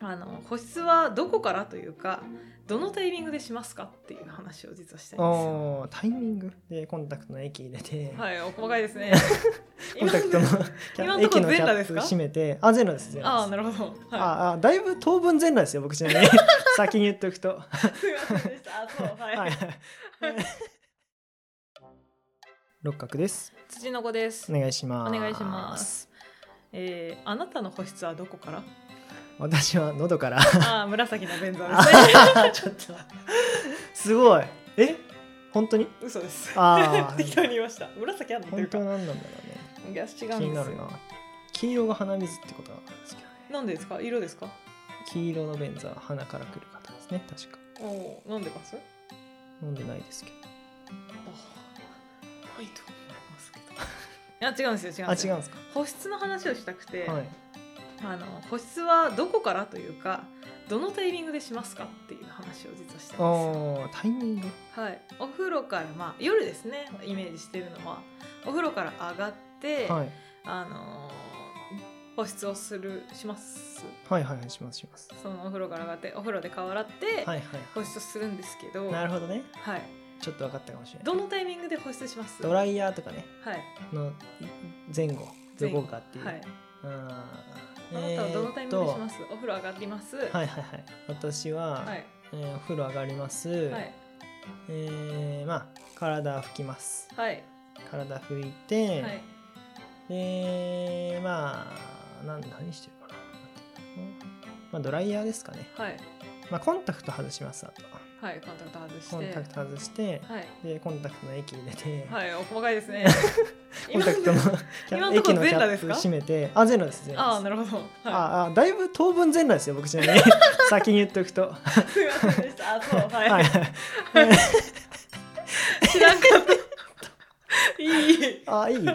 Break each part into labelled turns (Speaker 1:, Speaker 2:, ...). Speaker 1: あの保湿はどこからというかどのタイミングでしますかっていう話を実はしたいんですよ。
Speaker 2: おータイミングでコンタクトの液入れて、
Speaker 1: はい、お細かいですね。
Speaker 2: コンタクトの
Speaker 1: 今の
Speaker 2: キャ
Speaker 1: 今のとこ
Speaker 2: 液のキ
Speaker 1: 全
Speaker 2: ャ
Speaker 1: 裸で
Speaker 2: ッ
Speaker 1: す
Speaker 2: プ
Speaker 1: か
Speaker 2: 閉めてあゼロですゼロです
Speaker 1: ああ、なるほど。は
Speaker 2: ああだいぶ当分全裸ですよ僕ちなみ に先に言っとくと
Speaker 1: い。すいませんでした。あ、そう、はい。
Speaker 2: はい六角です
Speaker 1: 土の子です
Speaker 2: お。願いします
Speaker 1: お願いしますえー、あなたの保湿はどこ から？
Speaker 2: 私は喉から
Speaker 1: ああ、紫のベンザーですね。
Speaker 2: あちょっとすごいえ本当に
Speaker 1: 嘘 です。
Speaker 2: あー
Speaker 1: 適当に言いました。紫あんのとい
Speaker 2: 本
Speaker 1: うか
Speaker 2: 当。なんなんだろ
Speaker 1: いや違うんです
Speaker 2: う
Speaker 1: よ。
Speaker 2: ね気になるな黄色が鼻水ってことなんですけどね
Speaker 1: なんでですか？色ですか？
Speaker 2: 黄色のベンザー鼻から来る方ですね確か
Speaker 1: おお、飲んでます？
Speaker 2: 飲んでないですけど
Speaker 1: あないと思いますけど。 いや違うんですよ。違うん
Speaker 2: あ
Speaker 1: です
Speaker 2: 違う
Speaker 1: よ。
Speaker 2: んですか
Speaker 1: 保湿の話をしたくて、
Speaker 2: はい
Speaker 1: あの保湿はどこからというか、どのタイミングでしますかっていう話を実はしたいんですよ。
Speaker 2: おータイミング
Speaker 1: はい、お風呂から、まあ、夜ですねイメージしてるのはお風呂から上がって、
Speaker 2: はい
Speaker 1: あのー保湿をするします
Speaker 2: はいはいはいしますします
Speaker 1: そのお風呂から上がってお風呂で顔洗って
Speaker 2: はいはい
Speaker 1: 保湿するんですけど,、
Speaker 2: なるほどね
Speaker 1: はい、
Speaker 2: ちょっと分かったかもしれない
Speaker 1: どのタイミングで保湿します
Speaker 2: ドライヤーとかね
Speaker 1: はい、
Speaker 2: の前後
Speaker 1: 前
Speaker 2: ど
Speaker 1: 後
Speaker 2: こかっていう、
Speaker 1: はい、
Speaker 2: あ
Speaker 1: あなたはどのタイミングでしますす、お風呂上がります
Speaker 2: はいいはいはい私は、
Speaker 1: はい
Speaker 2: えーお風呂上がります、
Speaker 1: はい
Speaker 2: えーまあ体拭きます
Speaker 1: はい
Speaker 2: 体拭いて、
Speaker 1: はい
Speaker 2: でまあなん何してるかななんていうのまあドライヤーですかね
Speaker 1: はい
Speaker 2: まあコンタクト外しますあと
Speaker 1: はいコンタクト外して
Speaker 2: コンタクト外して、
Speaker 1: はい
Speaker 2: でコンタクトの液入れて、
Speaker 1: はいお細かいですね
Speaker 2: コンタクトの
Speaker 1: 今の
Speaker 2: キャ
Speaker 1: 今のとこ
Speaker 2: 液のキ
Speaker 1: 全
Speaker 2: ャ
Speaker 1: 裸で
Speaker 2: ッ
Speaker 1: す
Speaker 2: プ
Speaker 1: か
Speaker 2: 閉めてあゼロですゼロです
Speaker 1: ああなるほど、はい、
Speaker 2: ああだいぶ当分全裸ですよ僕ちな みに先に言っとくと
Speaker 1: すいませんでした。あ、そう、はい。
Speaker 2: はい
Speaker 1: 知らんかった。い い。
Speaker 2: ああいいい
Speaker 1: いい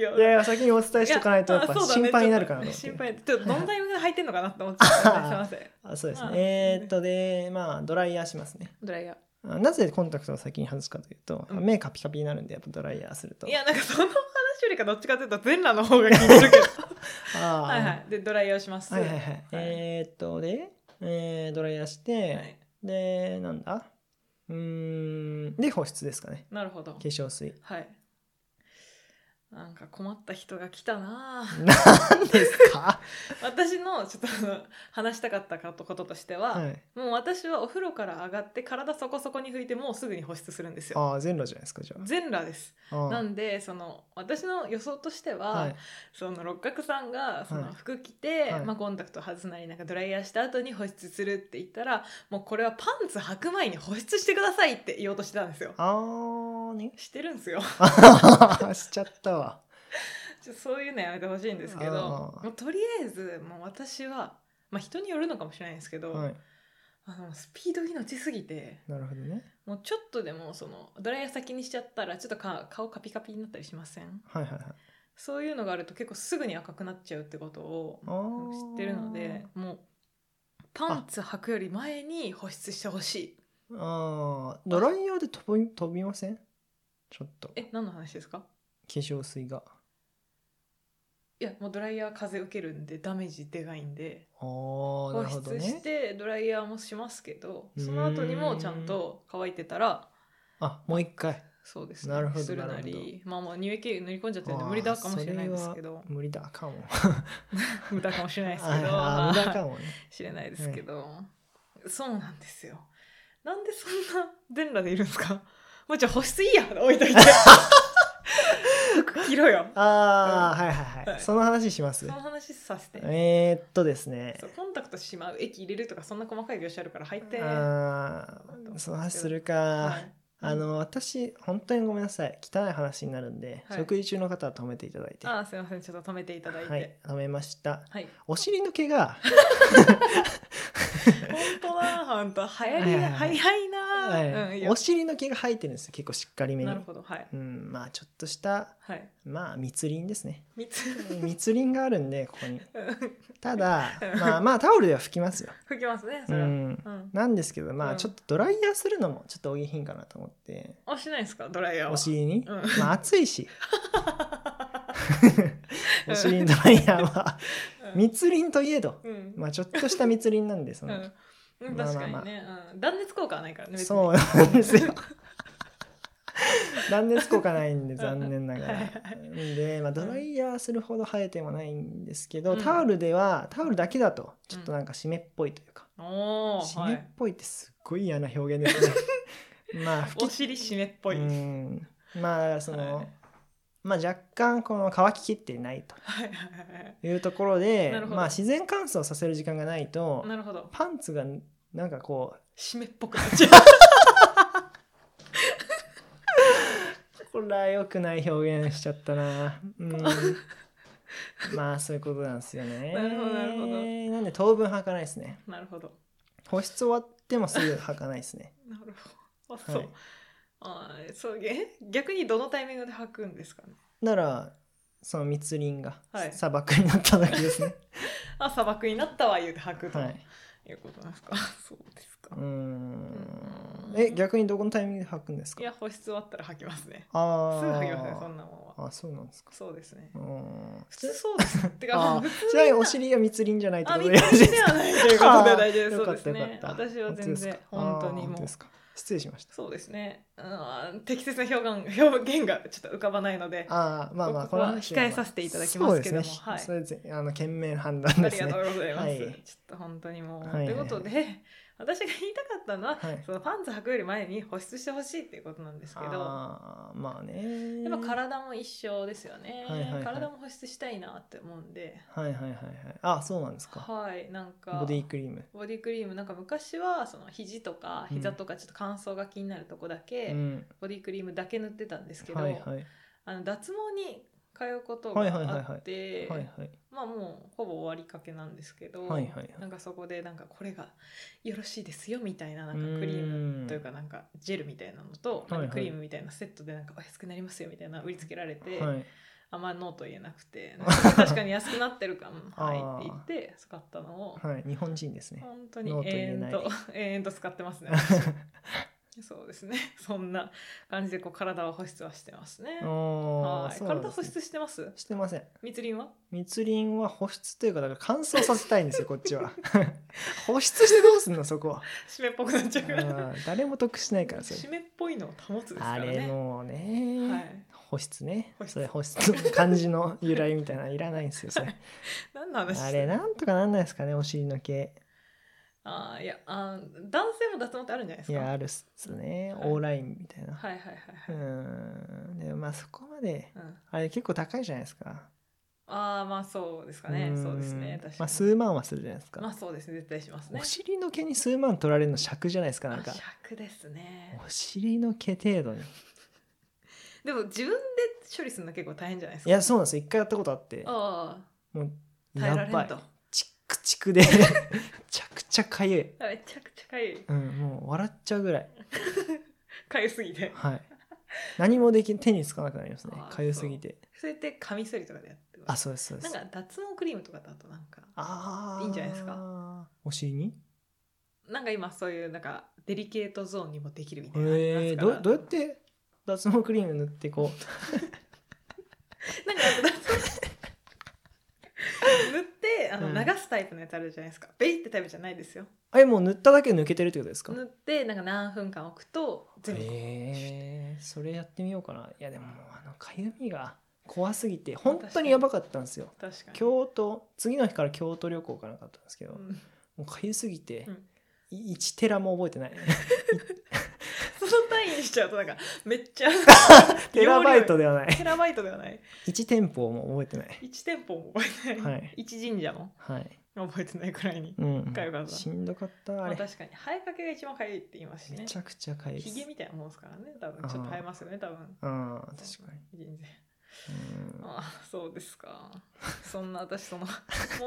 Speaker 1: よ。
Speaker 2: やいや先にお伝えしとかないとやっぱ
Speaker 1: あそうだね
Speaker 2: 心配になるからな
Speaker 1: ちょ
Speaker 2: と
Speaker 1: っと心
Speaker 2: 思っ
Speaker 1: 配。
Speaker 2: て
Speaker 1: ちょっとどんなタイミングで履いてんのかなって思っちゃっ た、ね。すいません。
Speaker 2: あそうですね
Speaker 1: あ
Speaker 2: えーっとでまあドライヤーしますね
Speaker 1: ドライヤ
Speaker 2: あなぜコンタクトを先に外すかというと、
Speaker 1: うん
Speaker 2: 目カピカピになるんでやっぱドライヤーすると
Speaker 1: ー。いや、なんかその話よりかどっちかというと、全裸の方が気になるけど。
Speaker 2: あ あ
Speaker 1: はいはい。で、ドライヤーをします。
Speaker 2: はいはいはいえーっとで、えードライヤーして、
Speaker 1: はい
Speaker 2: でなんだうーんで保湿ですかね
Speaker 1: なるほど
Speaker 2: 化。粧 水
Speaker 1: はい。なんか困った人が来たな ぁ
Speaker 2: なんですか
Speaker 1: 私のちょっとあの話したかったこととして は、
Speaker 2: はい
Speaker 1: もう私はお風呂から上がって体そこそこに拭いてもうすぐに保湿するんですよ
Speaker 2: ああ全裸じゃないですかじゃ
Speaker 1: 全裸です
Speaker 2: あああ
Speaker 1: なんでその私の予想としては、
Speaker 2: はい
Speaker 1: その六角さんがそ
Speaker 2: は
Speaker 1: の
Speaker 2: い
Speaker 1: 服着て、
Speaker 2: はい
Speaker 1: まあ、コンタクト外すなりなんかドライヤーした後に保湿するって言ったらもうこれはパンツ履く前に保湿してくださいって言おうとしてたんですよ
Speaker 2: あー ね
Speaker 1: してるんですよ
Speaker 2: しちゃったわ
Speaker 1: ちょそういうのやめてほしいんですけど
Speaker 2: あー
Speaker 1: もうとりあえずもう私は、まあ、人によるのかもしれないんですけど、
Speaker 2: はい
Speaker 1: あのスピード命すぎて
Speaker 2: なるほどね
Speaker 1: もうちょっとでもそのドライヤー先にしちゃったらちょっとか顔カピカピになったりしません
Speaker 2: はいはいはい
Speaker 1: そういうのがあると結構すぐに赤くなっちゃうってことを
Speaker 2: あー
Speaker 1: 知ってるのでもうパンツ履くより前に保湿してほしい
Speaker 2: あードライヤーで飛び飛びませんちょっと化
Speaker 1: え何の話ですか
Speaker 2: 粧水が
Speaker 1: いやもうドライヤー風受けるんでダメージでかいんで
Speaker 2: あー
Speaker 1: 保
Speaker 2: なるほど
Speaker 1: 湿し
Speaker 2: ね
Speaker 1: てドライヤーもしますけど
Speaker 2: うーん
Speaker 1: その後にもちゃんと乾いてたら
Speaker 2: あもう一回
Speaker 1: そうですね
Speaker 2: なるほど
Speaker 1: するな
Speaker 2: なるほ
Speaker 1: りまあまあ乳液塗り込んじゃってるんで
Speaker 2: あー
Speaker 1: 無理だかもしれない ですけど
Speaker 2: 無理だ かも
Speaker 1: 無駄かもしれないですけど
Speaker 2: あー無駄かもね
Speaker 1: 知れないですけど、そうなんですよなんでそんな全裸でいるんですか もうじゃあ保湿いいや置いといて服着ろ よ
Speaker 2: ああ、はいはいは
Speaker 1: はい
Speaker 2: い。その話します
Speaker 1: そ。の話させて、
Speaker 2: えー、っとですね。
Speaker 1: そうコンタクトしまう液入れるとかそんな細かい描写あるから入って
Speaker 2: ああ、その話するか
Speaker 1: は。い
Speaker 2: あの私本当にごめんなさい汚い話になるんで、
Speaker 1: はい
Speaker 2: 食事中の方は止めていただいて
Speaker 1: あーすいませんちょっと止めていただいて
Speaker 2: は
Speaker 1: はいい、
Speaker 2: 止めましたお尻の 毛が
Speaker 1: 本当だ本当流行り
Speaker 2: はいはいはい
Speaker 1: 早いな、
Speaker 2: は
Speaker 1: うん
Speaker 2: い
Speaker 1: いや
Speaker 2: お尻の毛が生えてるんですよ結構しっかりめに
Speaker 1: なるほどはい
Speaker 2: うんまあちょっとした
Speaker 1: はい
Speaker 2: まあ密林ですね
Speaker 1: 三つ
Speaker 2: 密林があるんでここ
Speaker 1: う
Speaker 2: に
Speaker 1: ん
Speaker 2: ただ
Speaker 1: うん
Speaker 2: まあまあタオルでは拭きますよ
Speaker 1: 吹きますね そうれは、うん
Speaker 2: んなんですけど
Speaker 1: う
Speaker 2: まあ
Speaker 1: ん
Speaker 2: ちょっとドライヤーするのもちょっとお下品かなと思って
Speaker 1: あしないですかドライヤーは
Speaker 2: お尻に
Speaker 1: うん
Speaker 2: まあ暑いしお尻にドライヤーは
Speaker 1: うんうん
Speaker 2: 密林といえど、
Speaker 1: うん
Speaker 2: まあ、ちょっとした密林なんでその、
Speaker 1: うんうん、確かにね、うん、断熱効果はないからね
Speaker 2: そうなんですよ断熱効果ないんで残念ながら
Speaker 1: はいは
Speaker 2: で、まあ、ドライヤーするほど生えてもないんですけど、
Speaker 1: うん
Speaker 2: タオルではタオルだけだとちょっとなんか湿っぽいというか、
Speaker 1: おお、
Speaker 2: 湿
Speaker 1: は
Speaker 2: っ
Speaker 1: い、
Speaker 2: ぽいってすっごい嫌な表現ですね まあ拭
Speaker 1: お
Speaker 2: き
Speaker 1: 尻湿っぽい、
Speaker 2: うんまあその、
Speaker 1: はい
Speaker 2: まあ若干この乾ききってないと
Speaker 1: はいはいはい
Speaker 2: いうところで
Speaker 1: なるほど
Speaker 2: まあ自然乾燥させる時間がないと
Speaker 1: はいなるほど
Speaker 2: パンツがなんかこう
Speaker 1: 湿っぽ くなっちゃ
Speaker 2: これは良くない表現しちゃったな。 うん。まあそういうことなんですよね。
Speaker 1: なるほどなるほど
Speaker 2: なんで当分履かないですね。
Speaker 1: うなるほど
Speaker 2: 保湿終わってもすぐ履かないですね。
Speaker 1: なるほどあそう、
Speaker 2: はい。
Speaker 1: あーそうえ逆にどのタイミングで履くんですかね
Speaker 2: ならその密林が
Speaker 1: はい
Speaker 2: 砂漠になった時で すね。
Speaker 1: あ砂漠になったわ言うて履くと、
Speaker 2: はいい。、
Speaker 1: うことなんですか そうですか、
Speaker 2: うーん
Speaker 1: う。ん
Speaker 2: え逆にどこのタイミングで履くんです
Speaker 1: い
Speaker 2: か。
Speaker 1: や保湿終わったら履きますねす
Speaker 2: ああ。
Speaker 1: ぐ履きますねそんなもんは
Speaker 2: あそうなんですか。
Speaker 1: そうですね
Speaker 2: うーん。
Speaker 1: 普通そうです てか
Speaker 2: あ
Speaker 1: 普
Speaker 2: ー
Speaker 1: 通
Speaker 2: ちなみにお尻は密林じゃないって
Speaker 1: あ、
Speaker 2: こと
Speaker 1: 見
Speaker 2: でよろしい
Speaker 1: た
Speaker 2: で
Speaker 1: 目
Speaker 2: す
Speaker 1: で
Speaker 2: か
Speaker 1: はないということで
Speaker 2: あ
Speaker 1: 大丈夫
Speaker 2: ーよ
Speaker 1: そ
Speaker 2: か
Speaker 1: う
Speaker 2: っ
Speaker 1: で
Speaker 2: た
Speaker 1: す
Speaker 2: よか
Speaker 1: ね私は
Speaker 2: っ。た
Speaker 1: 全然本
Speaker 2: 本
Speaker 1: 当
Speaker 2: 当
Speaker 1: にもう
Speaker 2: ですかあー本当ですか失礼しました
Speaker 1: そうですね。うん、適切な表現表現がちょっと浮かばないので、あ
Speaker 2: ああまあまあ
Speaker 1: ここは
Speaker 2: の話はま
Speaker 1: 控
Speaker 2: あ
Speaker 1: えさせていただきますけども
Speaker 2: そうですね
Speaker 1: はい
Speaker 2: それぜあの賢明な判断で
Speaker 1: り
Speaker 2: す
Speaker 1: が
Speaker 2: ね
Speaker 1: とうございます。
Speaker 2: はい
Speaker 1: ちょっと本当にもう、
Speaker 2: はい
Speaker 1: ということで、私が言いたかったのは、
Speaker 2: はい
Speaker 1: そのパンツ履くより前に保湿してほしいっていうことなんですけど。
Speaker 2: あーまあね
Speaker 1: でも体も一緒ですよね、
Speaker 2: はいはいはい
Speaker 1: 体も保湿したいなって思うんで
Speaker 2: はいはいはいはいあそうなんですか
Speaker 1: はいなんか
Speaker 2: ボディクリーム
Speaker 1: ボディクリームなんか昔はその肘とか膝とかちょっと乾燥が気になるとこだけ、
Speaker 2: うん
Speaker 1: ボディクリームだけ塗ってたんですけど、
Speaker 2: はいはい
Speaker 1: あの脱毛に通うことがあって、
Speaker 2: はいはいはいはいはい
Speaker 1: まあもうほぼ終わりかけなんですけど、
Speaker 2: はいはいはい
Speaker 1: なんかそこでなんかこれがよろしいですよみたいななんかクリーム
Speaker 2: ム
Speaker 1: というかなんかジェルみたいなのと
Speaker 2: はいはい
Speaker 1: なんかクリームみたいなセットでなんかお安くなりますよみたいな売りつけられて、
Speaker 2: はい
Speaker 1: あんまノーと言えなく てなんか確かに安くなってるかも
Speaker 2: あ
Speaker 1: はい
Speaker 2: ー
Speaker 1: って言って使ったのを
Speaker 2: はい日本人ですね
Speaker 1: 本当に
Speaker 2: ノーと
Speaker 1: 永
Speaker 2: 言え
Speaker 1: 遠
Speaker 2: ない
Speaker 1: と 永遠と使って ますね。そうですね。そんな感じでこう体は保湿はしてますね。
Speaker 2: お
Speaker 1: は
Speaker 2: ー
Speaker 1: い。
Speaker 2: そうなん
Speaker 1: 体
Speaker 2: です
Speaker 1: 保
Speaker 2: ね
Speaker 1: 湿してます？
Speaker 2: してません
Speaker 1: 密林は？
Speaker 2: 密林は保湿というかだから乾燥させたいんですよこっち は保湿してどうすんのそこは
Speaker 1: 湿っぽくなっちゃう か
Speaker 2: あ
Speaker 1: ら。
Speaker 2: ー誰も得しないからそれ
Speaker 1: 湿っぽいのを保つですか
Speaker 2: あ
Speaker 1: ら
Speaker 2: れ
Speaker 1: ね。
Speaker 2: もうね、
Speaker 1: はい
Speaker 2: 保湿ね
Speaker 1: 保湿
Speaker 2: それ保湿の漢字の由来みたいなのいらないんです よそれ
Speaker 1: 何の話してる？
Speaker 2: あれなんとかなんないですかねお尻の毛
Speaker 1: あーいやあー男性も脱毛ってあるんじゃないです
Speaker 2: い
Speaker 1: か？
Speaker 2: やあるっすね、
Speaker 1: はい
Speaker 2: オーラインみたいな、
Speaker 1: はいはいは
Speaker 2: う
Speaker 1: いはい。
Speaker 2: ーんでもまあそこまで
Speaker 1: うん。
Speaker 2: あれ結構高いじゃないですか
Speaker 1: ああまあそうですかね。
Speaker 2: ーん
Speaker 1: そうですね。確かに。
Speaker 2: まあ数万はするじゃないですか、
Speaker 1: まあそうですね。絶対しますね
Speaker 2: お。尻の毛に数万取られるの尺じゃないですかなんか
Speaker 1: 尺ですね。
Speaker 2: お尻の毛程度に
Speaker 1: でも自分で処理するの結構大変じゃないですか？
Speaker 2: いやそうなんですよ一回やったことあって
Speaker 1: あ
Speaker 2: もう
Speaker 1: あ耐えら
Speaker 2: や
Speaker 1: れ
Speaker 2: ば
Speaker 1: ん
Speaker 2: い
Speaker 1: と。
Speaker 2: チックチクでめちゃくちゃかゆい
Speaker 1: あめちゃくちゃかゆい。
Speaker 2: うん、もう笑っちゃうぐらい。
Speaker 1: かゆすぎて。
Speaker 2: はい。何もでき手につかなくなりますね
Speaker 1: あ。ー
Speaker 2: かゆすぎて。
Speaker 1: それってカミソリとかでやってま
Speaker 2: あ、
Speaker 1: す。
Speaker 2: そうです、そうで
Speaker 1: なん
Speaker 2: す。
Speaker 1: か脱毛クリームとかだとなんか、
Speaker 2: ああ。
Speaker 1: いいんじゃないです
Speaker 2: か。お尻に。
Speaker 1: なんか今そういうなんかデリケートゾーンにもできるみたいなのあります
Speaker 2: ええ
Speaker 1: から
Speaker 2: ど、どうやって。脱毛クリーム塗ってこう。
Speaker 1: なんか脱毛 塗ってあの
Speaker 2: うん
Speaker 1: 流すタイプのやつあるじゃないですか。ベイってタイプじゃないですよ。
Speaker 2: あれもう塗っただけで抜けてるってことですか。
Speaker 1: 塗ってなんか何分間置くと全部。
Speaker 2: ええそれやってみようかな。いや、でも、もうあのかゆみが。怖すぎて、本当にやばかったんですよ。
Speaker 1: 確かに。
Speaker 2: 京都、次の日から京都旅行かなんかあったんですけど。
Speaker 1: う
Speaker 2: も
Speaker 1: ん
Speaker 2: うかゆすぎて
Speaker 1: うん。
Speaker 2: い一、テラも覚えて ない。
Speaker 1: その単位にしちゃうとなんかめっ ちゃ
Speaker 2: テラバイト
Speaker 1: で
Speaker 2: ではない。
Speaker 1: テラバイトではない
Speaker 2: 一店舗も覚えてない。
Speaker 1: 一店舗も覚えて
Speaker 2: は
Speaker 1: ないい一、神社も
Speaker 2: はい。
Speaker 1: 覚えてないくらいに
Speaker 2: うん
Speaker 1: かゆかった
Speaker 2: しんどかったあ
Speaker 1: まあ、
Speaker 2: れ。
Speaker 1: 確かに生えかけが一番かゆいって言いますしね
Speaker 2: めちゃくちゃかゆいで
Speaker 1: ひ
Speaker 2: す。
Speaker 1: げみたいなもんですからね多分ちょっと生えますよね多分
Speaker 2: ああ、確か
Speaker 1: に人生
Speaker 2: に。
Speaker 1: ああそうですかそんな私その も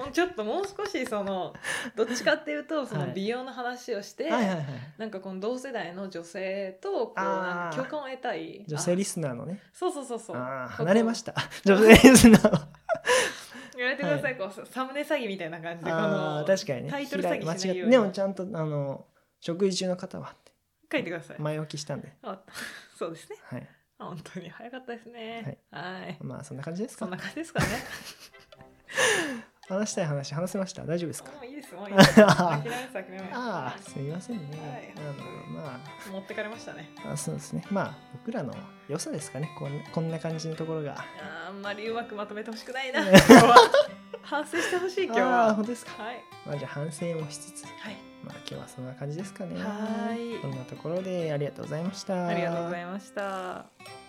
Speaker 1: うちょっともう少しそのどっちかっていうとそ
Speaker 2: は
Speaker 1: の
Speaker 2: い
Speaker 1: 美容の話をして、
Speaker 2: うん。はいはいはい。
Speaker 1: なんかこの同世代の女性とこう
Speaker 2: あ
Speaker 1: な
Speaker 2: ー
Speaker 1: んか共感を得たい
Speaker 2: 女性リ
Speaker 1: ス
Speaker 2: スナーのね。
Speaker 1: そうそうそうそう
Speaker 2: ああ、離れましたた。 女性リスナーは。
Speaker 1: やめてください、こうサムネ詐欺みたいな感じでこ
Speaker 2: ああ
Speaker 1: の
Speaker 2: ー、確かにね。
Speaker 1: タイトル詐
Speaker 2: 開
Speaker 1: 欺しない
Speaker 2: 間違
Speaker 1: よう
Speaker 2: っ
Speaker 1: に
Speaker 2: でもちゃんと、あの、食事中の方はって
Speaker 1: 書いてください、
Speaker 2: 前置きしたんで。
Speaker 1: あ そうですね
Speaker 2: はい。
Speaker 1: あ本当に早かったですねはい
Speaker 2: まあ、そんな感じです
Speaker 1: そん
Speaker 2: か
Speaker 1: な。感じですかね
Speaker 2: 話したい話話せました大丈夫ですか
Speaker 1: もういいですもういいです
Speaker 2: あ
Speaker 1: 諦めます諦めます
Speaker 2: ああすみませんね、
Speaker 1: はい
Speaker 2: なのでま
Speaker 1: 持ってかれましたね
Speaker 2: ああそうですねまあ僕らの良さですかねこんこんな感じのところが
Speaker 1: あーあんまりうまくまとめてほしくないな今日は反省してほしい今日
Speaker 2: ああ
Speaker 1: は
Speaker 2: 本当ですか、
Speaker 1: はい
Speaker 2: まあ、じゃあ反省もしつつ
Speaker 1: はい
Speaker 2: まあ今日はそんな感じですかね
Speaker 1: はーい
Speaker 2: こんなところでありがとうございました
Speaker 1: ありがとうございました。